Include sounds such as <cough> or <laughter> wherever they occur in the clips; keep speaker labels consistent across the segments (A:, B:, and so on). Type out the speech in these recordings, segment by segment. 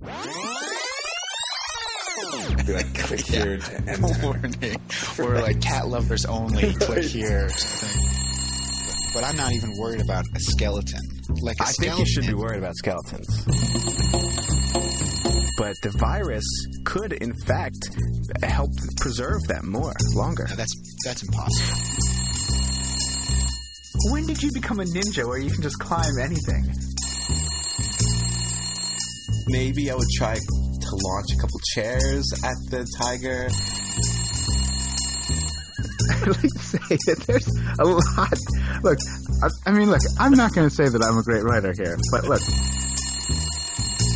A: Be <laughs> like, click
B: <laughs>
A: here to enter.
B: warning or like cat
A: <laughs>
B: lovers only click
A: Right.
B: here or something. but i'm not even worried about a skeleton like a
C: I
B: skeleton
C: think you should be worried about skeletons. But the virus could, in fact, help preserve them more, longer.
B: No, that's that's impossible
C: When did you become a ninja where you can just climb anything?
A: Maybe I would try to launch a couple chairs at the
D: <laughs>
A: tiger.
D: like say that there's a lot. Look, I, I mean, look, I'm not going to say that I'm a great writer here, but look,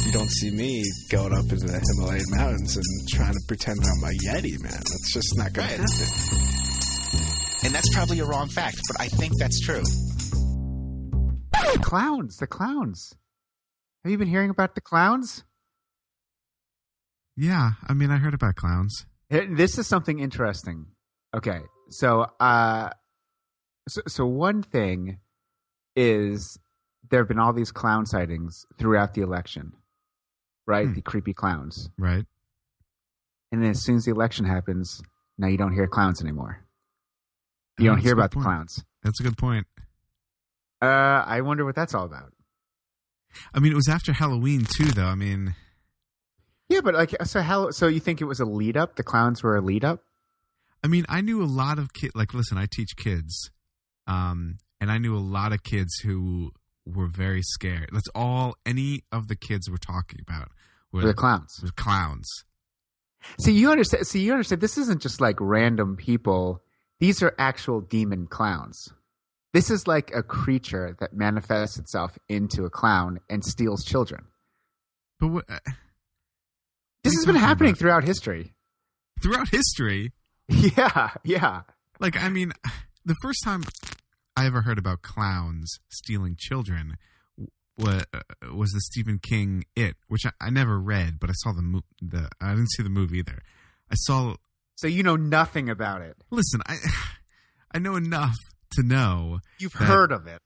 A: You don't see me going up into the Himalayan mountains and trying to pretend I'm a Yeti, man. That's just not going to
B: Right.
A: happen.
B: and that's probably a wrong fact but i think that's true
D: the clowns, the clowns. Have you been hearing about the clowns?
E: Yeah, I mean, I heard about clowns.
D: Here- This is something interesting. Okay, so uh, so, so one thing is there have been all these clown sightings throughout the election, right?
E: Hmm.
D: The creepy clowns,
E: Right.
D: and then as soon as the election happens, now you don't hear clowns anymore.
E: Oh,
D: You don't
E: that's
D: hear
E: a good
D: about the
E: point.
D: clowns.
E: That's a good point.
D: Uh, I wonder what that's all about.
E: I mean, it was after Halloween too, though. I mean,
D: Yeah, but like, so how? So you think it was a lead up? The clowns were a lead up.
E: I mean, I knew a lot of kids. Like, listen, I teach kids, um, and I knew a lot of kids who were very scared. That's all any of the kids were talking about were
D: Were the clowns?
E: were clowns.
D: See, you understand. See, you understand. This isn't just like random people. These are actual demon clowns. This is like a creature that manifests itself into a clown and steals children.
E: But what, <laughs> uh, What are
D: This has
E: you
D: been
E: talking
D: happening
E: about?
D: throughout history. <laughs>
E: throughout history,
D: Yeah, yeah.
E: like, I mean, <sighs> the first time I ever heard about clowns stealing children was, was the Stephen King It, which I, I never read, but I saw the mo- the I didn't see the movie either. I saw
D: So you know nothing about it.
E: listen, I <sighs> I know enough to know.
D: You've
E: That-
D: heard of it.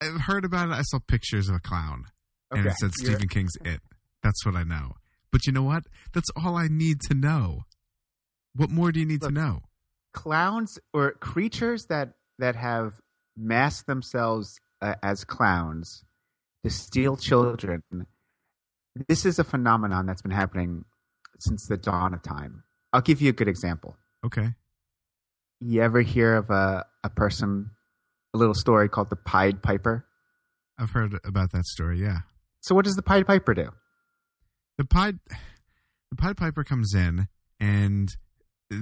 E: I've heard about it. I saw pictures of a clown, and
D: Okay,
E: it said
D: you're-
E: Stephen King's It. That's what I know. But you know what? That's all I need to know. What more do you need to
D: Look.
E: know?
D: clowns or creatures that that have masked themselves uh, as clowns to steal children this is a phenomenon that's been happening since the dawn of time i'll give you a good example
E: Okay.
D: you ever hear of a, a person a little story called the pied piper
E: I've heard about that story. Yeah.
D: so what does the pied piper do
E: The Pied the Pied Piper comes in and uh,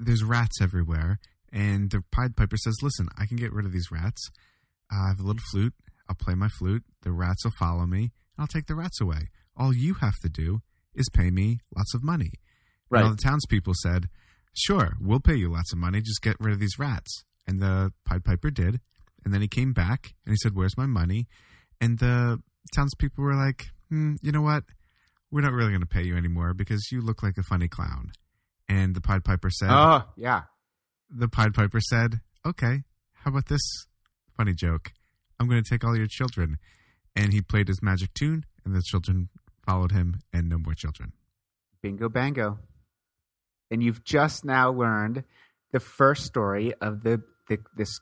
E: there's rats everywhere and the Pied Piper says, "Listen, I can get rid of these rats. Uh, I have a little flute. I'll play my flute. The rats will follow me. and I'll take the rats away. All you have to do is pay me lots of money." And all the townspeople said, "Sure, we'll pay you lots of money. Just get rid of these rats." And the Pied Piper did. And then he came back and he said, "Where's my money?" And the townspeople were like, hmm, "You know what? We're not really going to pay you anymore because you look like a funny clown." And the Pied Piper said,
D: oh yeah
E: "The Pied Piper said, okay, how about this funny joke? I'm going to take all your children." And he played his magic tune, and the children followed him, and no more children.
D: Bingo bango. And you've just now learned the first story of the, the this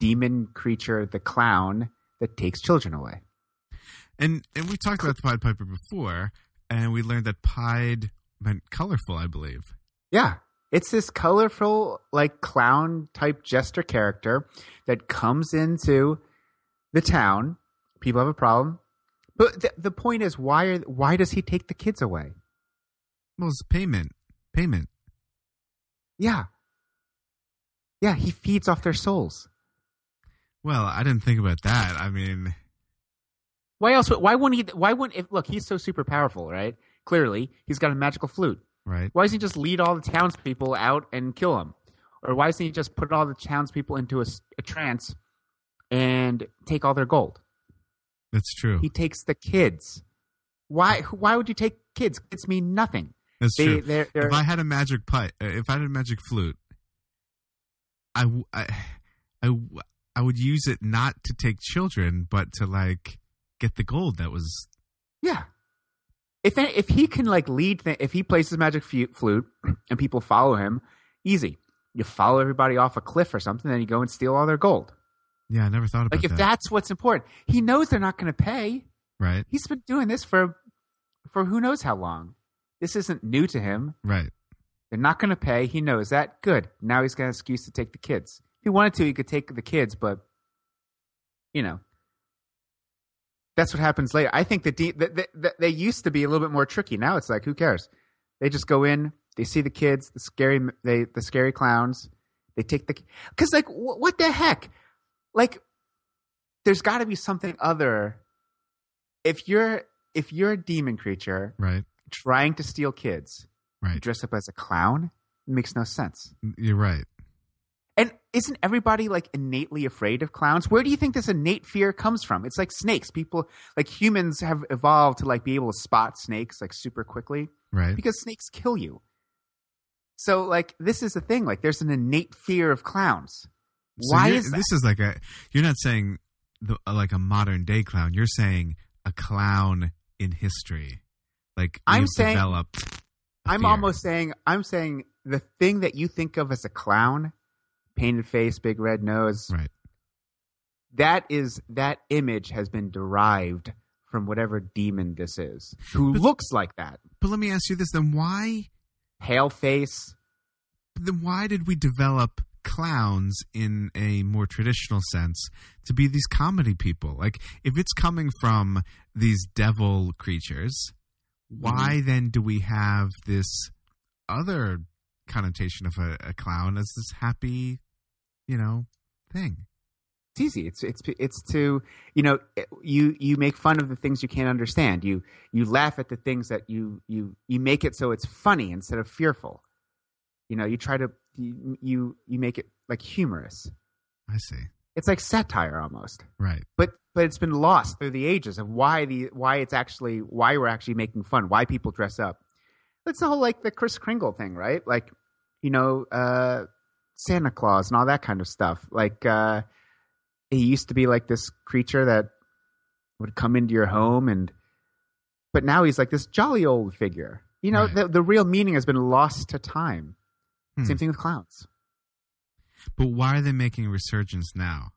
D: demon creature, the clown, that takes children away.
E: And and we talked about the Pied Piper before, and we learned that pied meant colorful, I believe.
D: Yeah. It's this colorful, like clown type jester character that comes into the town. People have a problem. But the, the point is, why, are, why does he take the kids away?
E: Well, it's payment, payment.
D: Yeah. Yeah, he feeds off their souls.
E: Well, I didn't think about that. I mean,
D: Why else? would- Why wouldn't he? Why wouldn't? If, look, he's so super powerful, right? Clearly, he's got a magical flute.
E: right?
D: Why doesn't he just lead all the townspeople out and kill them? Or why doesn't he just put all the townspeople into a, s- a trance and take all their gold?
E: That's true.
D: He takes the kids. Why? who- Why would you take kids? Kids mean nothing.
E: That's
D: They,
E: true.
D: They're, they're,
E: If I had a magic pipe, if I had a magic flute, I, w- I, I w- I would use it not to take children, but to like get the gold that was
D: yeah. if if he can like lead, th- if he plays his magic fu- flute and people follow him, easy. You follow everybody off a cliff or something, then you go and steal all their gold.
E: Yeah, I never thought about
D: Like if
E: that.
D: that's what's important, he knows they're not going to pay.
E: Right,
D: He's been doing this for for who knows how long. This isn't new to him.
E: right.
D: They're not going to pay. He knows that. Good. Now he's got an excuse to take the kids. If he wanted to, he could take the kids, but you know, that's what happens later. I think the, D, the, the, the they used to be a little bit more tricky. Now it's like, who cares? They just go in. They see the kids, the scary, they the scary clowns. They take the because like wh- what the heck? Like, there's got to be something other. If you're if you're a demon creature
E: Right,
D: trying to steal kids,
E: right.
D: dress up as a clown it makes no sense.
E: You're right.
D: And isn't everybody like innately afraid of clowns? Where do you think this innate fear comes from? It's like snakes. People like humans have evolved to like be able to spot snakes like super quickly
E: Right.
D: because snakes kill you. So like this is the thing. Like there's an innate fear of clowns.
E: So
D: Why
E: you're-
D: is that?
E: this is like a? You're not saying the, uh, like a modern day clown. You're saying a clown in history. Like
D: I'm
E: we've
D: saying-
E: developed. a
D: I'm
E: fear.
D: almost saying I'm saying the thing that you think of as a clown, painted face, big red nose,
E: right.
D: that is that image has been derived from whatever demon this is who
E: But-
D: looks like that
E: But let me ask you this: Then why?
D: pale face
E: Then why did we develop clowns in a more traditional sense to be these comedy people? Like, if it's coming from these devil creatures, why then do we have this other connotation of a, a clown as this happy, you know, thing?
D: it's easy it's it's it's to you know eh, you you make fun of the things you can't understand you you laugh at the things that you you you make it so it's funny instead of fearful you know you try to you you, you make it like humorous
E: I see.
D: it's like satire almost
E: Right.
D: but but it's been lost through the ages of why the why it's actually why we're actually making fun, why people dress up. That's the whole like the Chris Kringle thing, right? Like, you know, uh, Santa Claus and all that kind of stuff. Like, uh, he used to be like this creature that would come into your home, and but now he's like this jolly old figure. You know,
E: Right.
D: the the real meaning has been lost to time.
E: Hmm.
D: Same thing with clowns.
E: But why are they making a resurgence now?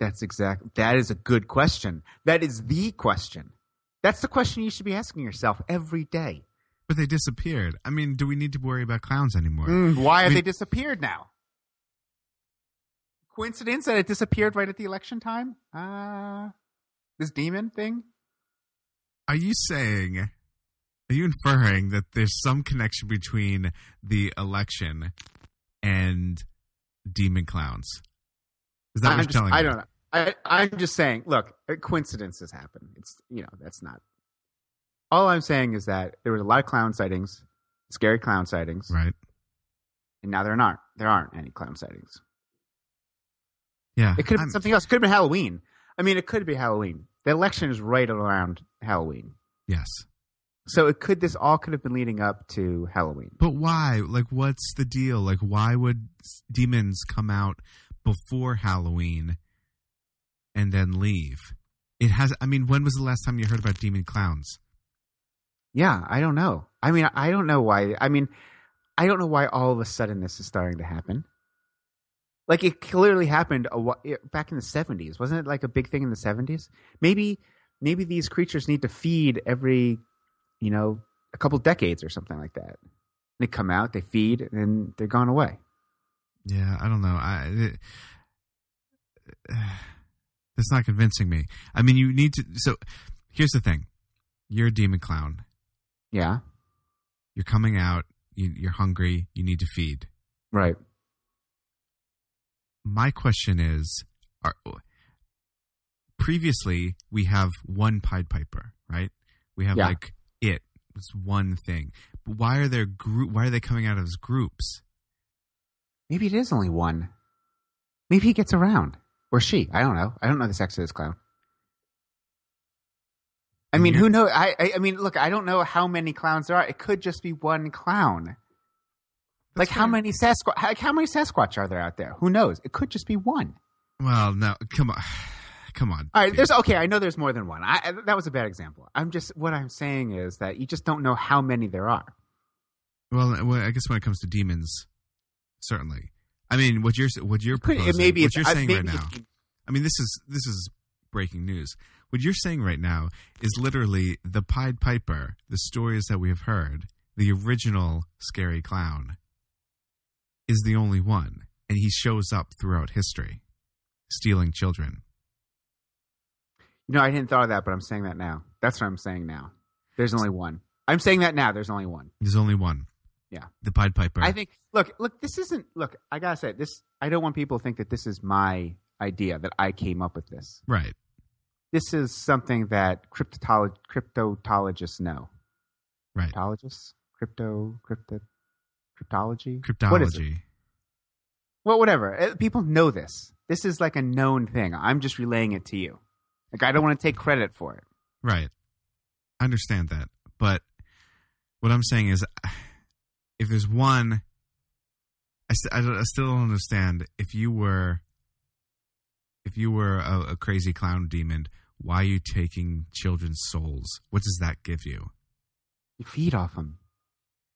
D: That's exactly. That is a good question. That is the question. That's the question you should be asking yourself every day.
E: But they disappeared. I mean, do we need to worry about clowns anymore?
D: why have
E: Hmm, We-
D: they disappeared now? Coincidence that it disappeared right at the election time? Uh, this demon thing?
E: Are you saying, are you inferring that there's some connection between the election and demon clowns? Is that
D: I'm
E: what
D: just-
E: you're telling
D: I
E: me?
D: don't know. I, I'm just saying, look, uh, coincidences happen. It's, you know, that's not. All I'm saying is that there was a lot of clown sightings, scary clown sightings,
E: Right.
D: and now there aren't. There aren't any clown sightings.
E: Yeah.
D: It could have
E: I'm-
D: been something else. Could have been Halloween. I mean, it could be Halloween. The election is right around Halloween,
E: Yes.
D: so it could. This all could have been leading up to Halloween.
E: But why? Like, what's the deal? Like, why would s- demons come out before Halloween and then leave? It has. I mean, when was the last time you heard about demon clowns?
D: Yeah, I don't know. I mean, I don't know why. I mean, I don't know why all of a sudden this is starting to happen. Like it clearly happened a wh- back in the seventies, wasn't it? Like a big thing in the seventies. Maybe, maybe these creatures need to feed every, you know, a couple decades or something like that. They come out, they feed, and then they're gone away.
E: Yeah, I don't know. I. It, <sighs> that's not convincing me. I mean, you need to. So, here's the thing: you're a demon clown.
D: Yeah,
E: You're coming out. You, you're hungry. You need to feed.
D: right.
E: my question is are, previously we have one pied piper right we have
D: Yeah.
E: like it was one thing but why are there group why are they coming out as groups
D: Maybe it is only one. Maybe he gets around. Or she. I don't know. I don't know the sex of this clown. I mean, who knows? I, I, I mean, look, I don't know how many clowns there are. It could just be one clown. Like how many Sasquatch? Like how many Sasquatch are there out there? Who knows? It could just be one.
E: well no come on <sighs> Come on.
D: All right,
E: dude.
D: there's okay. I know there's more than one. I, I- that was a bad example. I'm just what I'm saying is that you just don't know how many there are.
E: Well, uh, well, I guess when it comes to demons, certainly. I mean, what you're what you're
D: Could-
E: proposing,
D: maybe
E: what
D: it's-
E: you're
D: I-
E: saying right
D: maybe-
E: now. I mean, this is this is breaking news. What you're saying right now is literally the Pied Piper, the stories that we have heard, the original scary clown, is the only one, and he shows up throughout history, stealing children.
D: No, I didn't thought of that, but I'm saying that now. That's what I'm saying now. There's only one. I'm saying that now. There's only one.
E: There's only one.
D: Yeah.
E: the Pied Piper.
D: I think. Look, look. This isn't. Look, I gotta say this. I don't want people to think that this is my idea that I came up with this.
E: right.
D: This is something that cryptolog- cryptologists know.
E: Right.
D: Cryptologists, crypto, crypto, cryptology,
E: Cryptology.
D: What is it? well, whatever. Uh, People know this. This is like a known thing. I'm just relaying it to you. Like I don't want to take credit for it.
E: Right. I understand that. But what I'm saying is if there's one, I, st- I, don't- I still don't understand if you were. If you were a, a crazy clown demon, why are you taking children's souls? What does that give you?
D: You feed off them.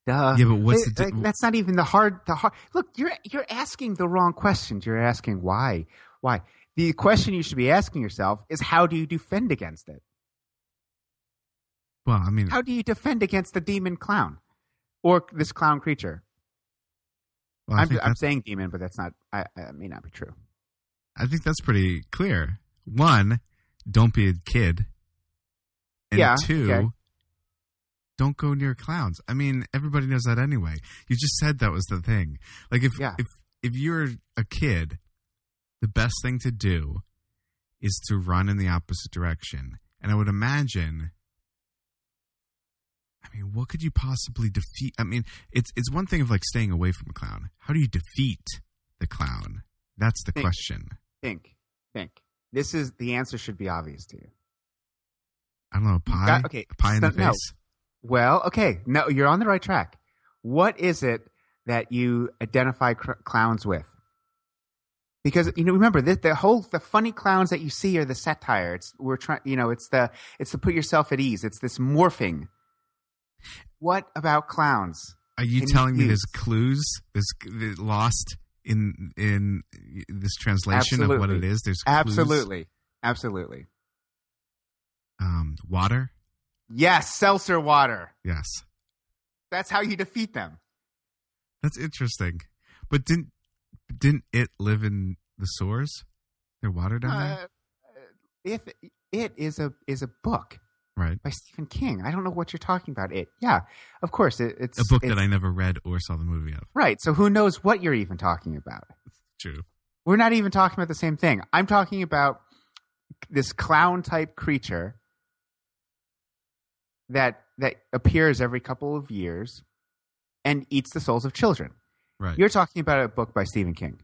D: Duh.
E: Yeah, but what's the di-
D: like, that's not even the hard. The hard. Look, you're you're asking the wrong questions. You're asking why, why. The question you should be asking yourself is how do you defend against it?
E: Well, I mean,
D: How do you defend against the demon clown, or this clown creature?
E: well, I,
D: I'm,
E: think
D: I'm
E: that's,
D: saying demon, but that's not. I, I may not be true.
E: I think that's pretty clear. One, don't be a kid. And
D: Yeah,
E: two,
D: okay.
E: don't go near clowns. I mean, everybody knows that anyway. You just said that was the thing. Like if
D: Yeah.
E: if if you're a kid, the best thing to do is to run in the opposite direction. And I would imagine I mean, what could you possibly defeat? I mean, it's it's one thing of like staying away from a clown. How do you defeat the clown? That's the
D: Think.
E: question.
D: Think, think. This is the answer should be obvious to you.
E: I don't know, a pie.
D: got- okay,
E: a pie in the
D: so- no.
E: face.
D: Well, okay. No, you're on the right track. What is it that you identify cr- clowns with? Because you know, remember the, the whole the funny clowns that you see are the satire. It's we're trying, you know, it's the it's to put yourself at ease. It's this morphing. What about clowns?
E: Are you
D: Can you
E: telling me there's
D: use-
E: clues? There's there's lost in in this translation of what it
D: Absolutely.
E: is. There's clues?
D: Absolutely, absolutely.
E: um, water.
D: Yes, seltzer water.
E: Yes,
D: That's how you defeat them.
E: that's interesting. But didn't didn't it live in the sores? Their water down there,
D: Uh, if it is a is a book.
E: right?
D: by Stephen King. I don't know what you're talking about. It, yeah, of course, it, it's
E: A book
D: it's-
E: that I never read or saw the movie of.
D: right. So who knows what you're even talking about?
E: True.
D: We're not even talking about the same thing. I'm talking about this clown type creature that that appears every couple of years and eats the souls of children.
E: Right.
D: You're talking about a book by Stephen King.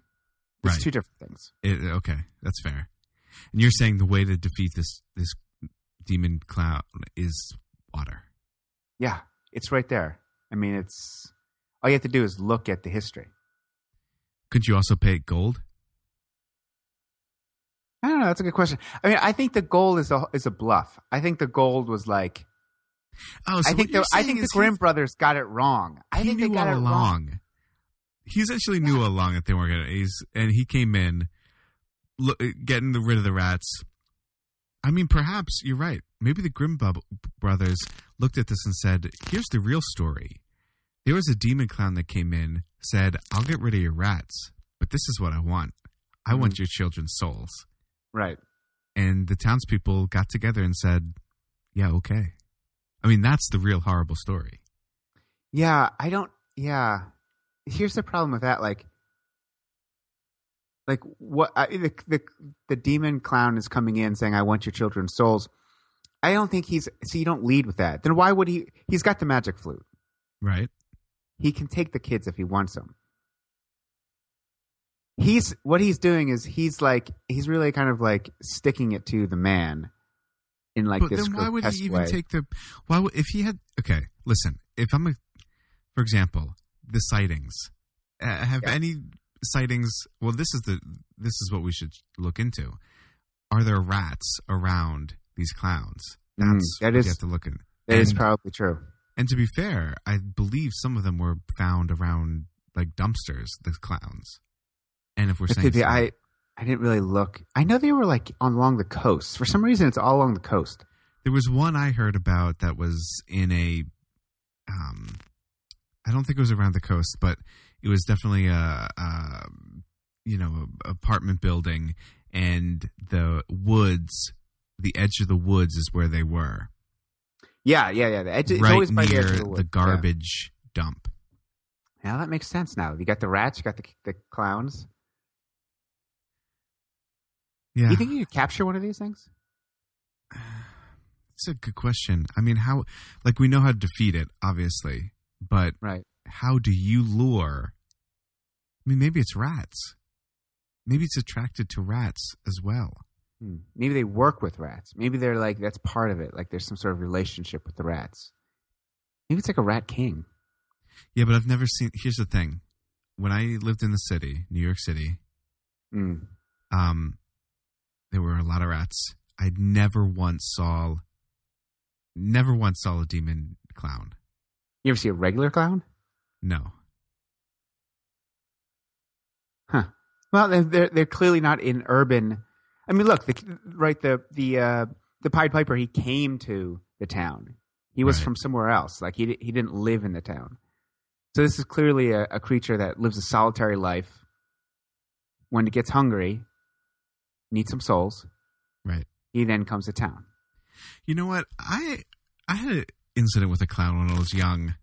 D: It's
E: Right.
D: two different things.
E: It, okay, that's fair. And you're saying the way to defeat this this demon clown is water.
D: Yeah, it's right there. I mean, it's all you have to do is look at the history.
E: Could you also pay it gold?
D: I don't know. That's a good question. I mean, I think the gold is a is a bluff. I think the gold was like
E: Oh, so
D: I
E: what
D: think
E: you're
D: the I
E: saying
D: think the
E: is he-
D: Grimm brothers got it wrong. I
E: he
D: think they
E: knew
D: got
E: all
D: it
E: along.
D: wrong.
E: He's actually knew all along that they weren't gonna. He's and he came in, lo- eh, getting the, rid of the rats. I mean, perhaps you're right. Maybe the Grimm bub- brothers looked at this and said, "Here's the real story. There was a demon clown that came in, said, "I'll get rid of your rats, but this is what I want. I
D: Mm.
E: want your children's souls."
D: Right.
E: And the townspeople got together and said, "Yeah, okay." I mean, that's the real horrible story.
D: Yeah, I don't yeah. Here's the problem with that like like what I, the the the demon clown is coming in saying I want your children's souls. I don't think he's see you don't lead with that. Then why would he he's got the magic flute.
E: Right.
D: He can take the kids if he wants them. He's what he's doing is he's like he's really kind of like sticking it to the man in like
E: but
D: this
E: then why would
D: grotesque
E: he even
D: way.
E: take the why would, if he had okay listen if i'm a for example the sightings uh, have
D: Yeah.
E: any sightings well this is the this is what we should look into are there rats around these clowns?
D: Mm,
E: That's
D: that
E: what
D: is-
E: you have to look in.
D: That is
E: And-
D: probably true.
E: And to be fair, I believe some of them were found around like dumpsters, the clowns. And if <laughs> we're
D: But
E: saying
D: the-
E: so-
D: I I didn't really look. I know they were like on along the coast. For some reason, it's all along the coast.
E: There was one I heard about that was in a, um, I don't think it was around the coast, but it was definitely a, a you know, a apartment building, and the woods, the edge of the woods is where they were,
D: Yeah, yeah, yeah. The edge, it's
E: right
D: always by the
E: near
D: edge of
E: the,
D: the, woods.
E: garbage dump.
D: Yeah. Now that makes sense. Now you got the rats, you got the the clowns.
E: Yeah,
D: Do you think you could capture one of these things?
E: it's a good question. I mean, how, like, we know how to defeat it, obviously, but
D: Right.
E: how do you lure? I mean, maybe it's rats. Maybe it's attracted to rats as well.
D: Hmm. Maybe they work with rats. Maybe they're like that's part of it. Like there's some sort of relationship with the rats. Maybe it's like a rat king.
E: Yeah, but I've never seen. Here's the thing: when I lived in the city, New York City, Hmm.
D: Mm.
E: um, there were a lot of rats. I never once saw, never once saw a demon clown.
D: You ever see a regular clown?
E: No,
D: Well, they're they're, they're clearly not in urban. I mean, look, the, right the the uh, the Pied Piper he came to the town. He was
E: Right.
D: from somewhere else. Like he di- he didn't live in the town. So this is clearly a, a creature that lives a solitary life. When it gets hungry, needs some souls.
E: Right.
D: He then comes to town.
E: you know what? I I had an incident with a clown when I was young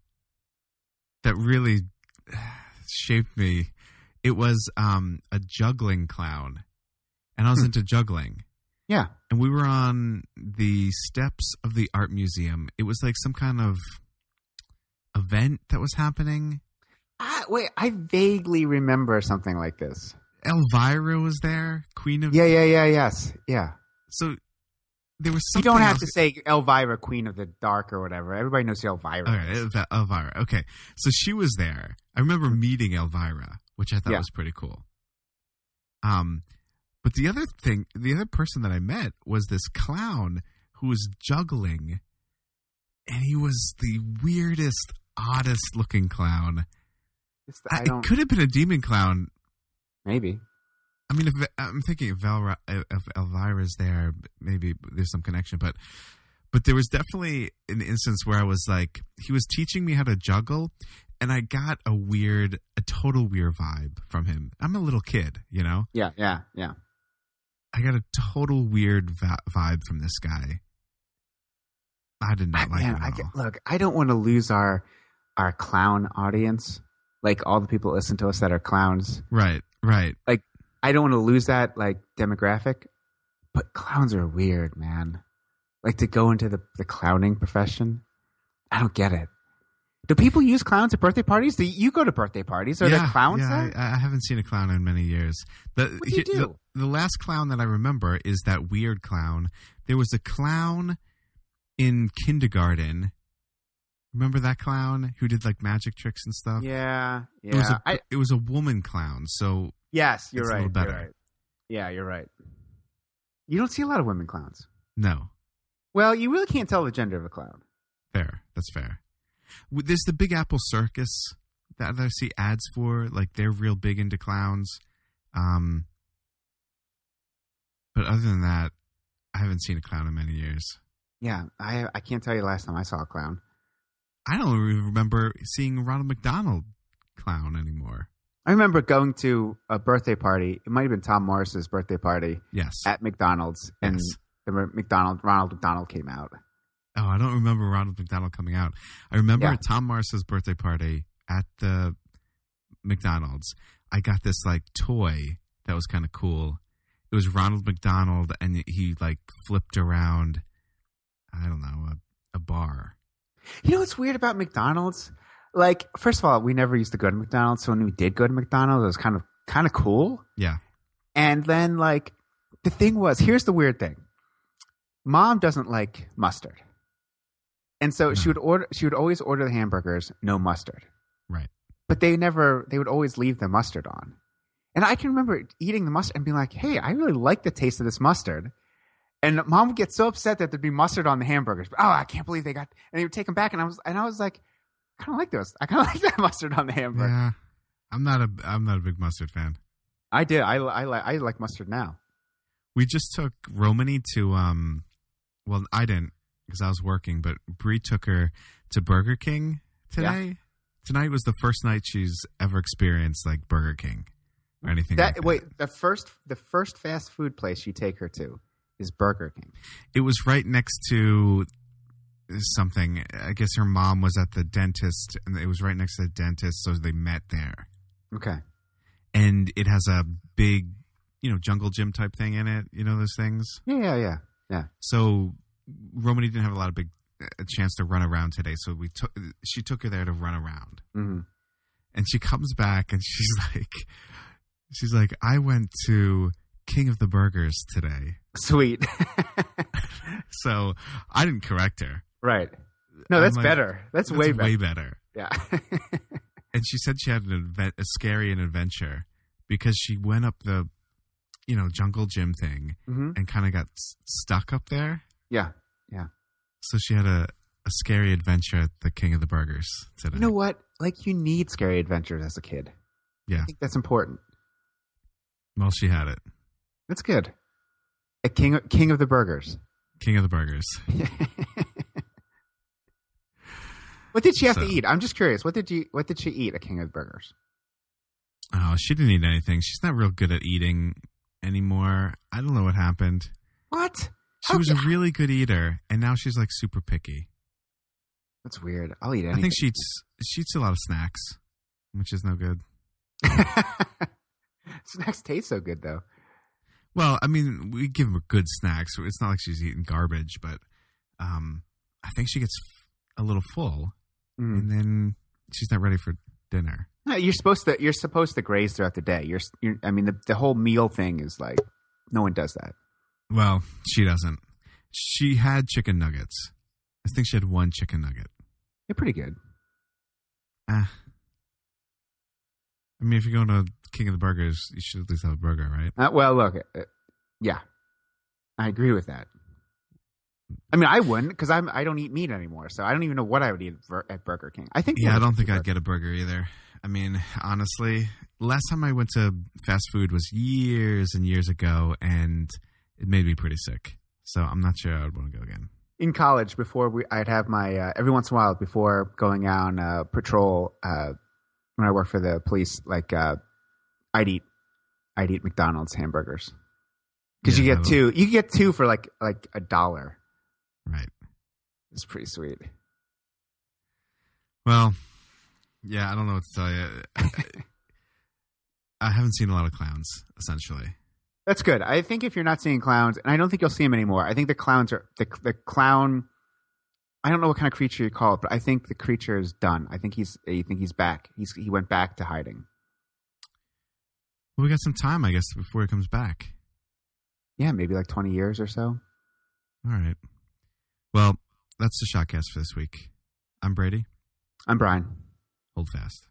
E: that really <sighs> shaped me. It was um, a juggling clown, and I was
D: Hmm.
E: into juggling.
D: Yeah.
E: and we were on the steps of the art museum. It was like some kind of event that was happening.
D: I, wait, I vaguely remember something like this.
E: Elvira was there, Queen of
D: Yeah, yeah, yeah, yes, yeah.
E: So there was
D: You
E: something.
D: don't have
E: else-
D: to say Elvira, Queen of the Dark, or whatever. Everybody knows who Elvira.
E: All
D: is.
E: right, Elv- Elvira. Okay, so she was there. I remember meeting Elvira, which I thought
D: Yeah.
E: was pretty cool. Um, but the other thing, the other person that I met was this clown who was juggling, and he was the weirdest, oddest looking clown.
D: It's-
E: I-
D: I don't.
E: it could have been a demon clown.
D: Maybe.
E: I mean, if, I'm thinking if, Valra, if Elvira's there, maybe there's some connection. But but there was definitely an instance where I was like, he was teaching me how to juggle, and I got a weird, a total weird vibe from him. I'm a little kid, you know.
D: Yeah, yeah, yeah.
E: I got a total weird va- vibe from this guy. I did not like
D: Man,
E: him
D: I
E: at
D: get-
E: all.
D: look, I don't want to lose our our clown audience. Like all the people that listen to us that are clowns.
E: Right, right.
D: I don't want to lose that like demographic. But clowns are weird, man. Like to go into the, the clowning profession. I don't get it. Do people use clowns at birthday parties? Do you go to birthday parties? Are there clowns
E: yeah,
D: there?
E: I, I haven't seen a clown in many years. The,
D: What do you
E: the-
D: do?
E: The, last clown that I remember is that weird clown. There was a clown in kindergarten. Remember that clown who did like magic tricks and stuff?
D: yeah,
E: It was
D: yeah.
E: a
D: I-
E: it was a woman clown. So
D: yes, you're
E: it's a
D: right.
E: little
D: you're
E: better.
D: right. Yeah, you're right. You don't see a lot of women clowns.
E: no,
D: Well, you really can't tell the gender of a clown.
E: fair. That's fair. W- There's the Big Apple Circus that I see ads for. Like they're real big into clowns. Um, but other than that, I haven't seen a clown in many years.
D: Yeah, I I can't tell you the last time I saw a clown.
E: I don't even remember seeing Ronald McDonald clown anymore.
D: I remember going to a birthday party. It might have been Tom Morris's birthday party
E: Yes.
D: at McDonald's, and
E: Yes.
D: the Mer- McDonald Ronald McDonald came out.
E: Oh, I don't remember Ronald McDonald coming out. I remember
D: Yeah.
E: at Tom Morris's birthday party at the McDonald's. I got this like toy that was kind of cool. It was Ronald McDonald, and he like flipped around. I don't know a, a bar.
D: You know what's weird about McDonald's? Like, first of all, we never used to go to McDonald's. So when we did go to McDonald's, it was kind of kind of cool.
E: Yeah.
D: And then like the thing was, here's the weird thing. Mom doesn't like mustard. And so she
E: No.
D: would order she would always order the hamburgers, no mustard.
E: Right.
D: But they never they would always leave the mustard on. And I can remember eating the mustard and being like, "Hey, I really like the taste of this mustard." And mom would get so upset that there'd be mustard on the hamburgers. Oh, I can't believe they got. And they would take them back, and I was and I was like, I kind of like those. I kind of <laughs> like that mustard on the hamburger.
E: Yeah, I'm not a I'm not a big mustard fan.
D: I did. I li- I like I like mustard now.
E: We just took Romany to um, well, I didn't because I was working, but Bree took her to Burger King today. Tonight was the first night she's ever experienced like Burger King or anything. like
D: That wait, the first the first fast food place you take her to is Burger King.
E: it was right next to something. I guess her mom was at the dentist, and it was right next to the dentist, so they met there.
D: Okay.
E: And it has a big, you know, jungle gym type thing in it. You know those things.
D: Yeah, yeah, yeah.
E: So Romany didn't have a lot of big a chance to run around today, so we took she took her there to run around,
D: hmm
E: and she comes back and she's <laughs> like, she's like, I went to King of the Burgers today, <laughs>
D: Sweet.
E: so I didn't correct her.
D: right. No,
E: I'm
D: that's
E: like,
D: better. That's, way better.
E: Way better.
D: yeah. <laughs>
E: and she said she had an advent, a scary an adventure because she went up the you know jungle gym thing
D: hmm
E: and kind of got s- stuck up there
D: Yeah.
E: so she had a, a scary adventure at the king of the burgers today
D: You know what? Like you need scary adventures as a kid.
E: Yeah.
D: I think that's important.
E: well she had it
D: That's good. A king king of the burgers. <laughs>
E: king of the burgers
D: what did she have to
E: So-
D: eat? I'm just curious. What did you what did she eat at King of the Burgers?
E: oh she didn't eat anything she's not real good at eating anymore i don't know what happened
D: What?
E: she
D: How-
E: was a really good eater and now she's like super picky
D: That's weird. I'll eat
E: i
D: anything.
E: think she eats she eats a lot of snacks which is no good
D: <laughs> Snacks taste so good though.
E: Well, I mean, we give her good snacks. It's not like she's eating garbage, but um, I think she gets a little full,
D: Mm.
E: and then she's not ready for dinner.
D: No, you're supposed to you're supposed to graze throughout the day. You're, you're I mean the, the whole meal thing is like no one does that.
E: Well, she doesn't. She had chicken nuggets. I think she had one chicken nugget.
D: You're pretty good.
E: Ah. I mean, if you're going to King of the Burgers, you should at least have a burger, right?
D: Uh, well, look, uh, yeah, I agree with that. I mean, I wouldn't because I'm I don't eat meat anymore, so I don't even know what I would eat at Bur- at Burger King. I think
E: Yeah, I don't think I'd get a burger either. I mean, honestly, last time I went to fast food was years and years ago, and it made me pretty sick. So I'm not sure I'd want to go again.
D: in college before we I'd have my uh, every once in a while before going out on uh, patrol uh, when I worked for the police, like uh, I'd eat I'd eat McDonald's hamburgers because
E: Yeah,
D: you get
E: I
D: two you get two for like like a dollar.
E: Right.
D: It's pretty sweet.
E: Well, yeah, I don't know what to tell you. I- I haven't seen a lot of clowns, essentially.
D: That's good. I think if you're not seeing clowns, and I don't think you'll see them anymore. I think the clowns are the the clown. I don't know what kind of creature you call it, but I think the creature is done. I think he's I think he's back. He's he went back to hiding.
E: Well, we got some time, I guess, before he comes back.
D: Yeah, maybe like twenty years or so.
E: All right. Well, that's the shotcast for this week. I'm Brady.
D: I'm Brian.
E: Hold fast.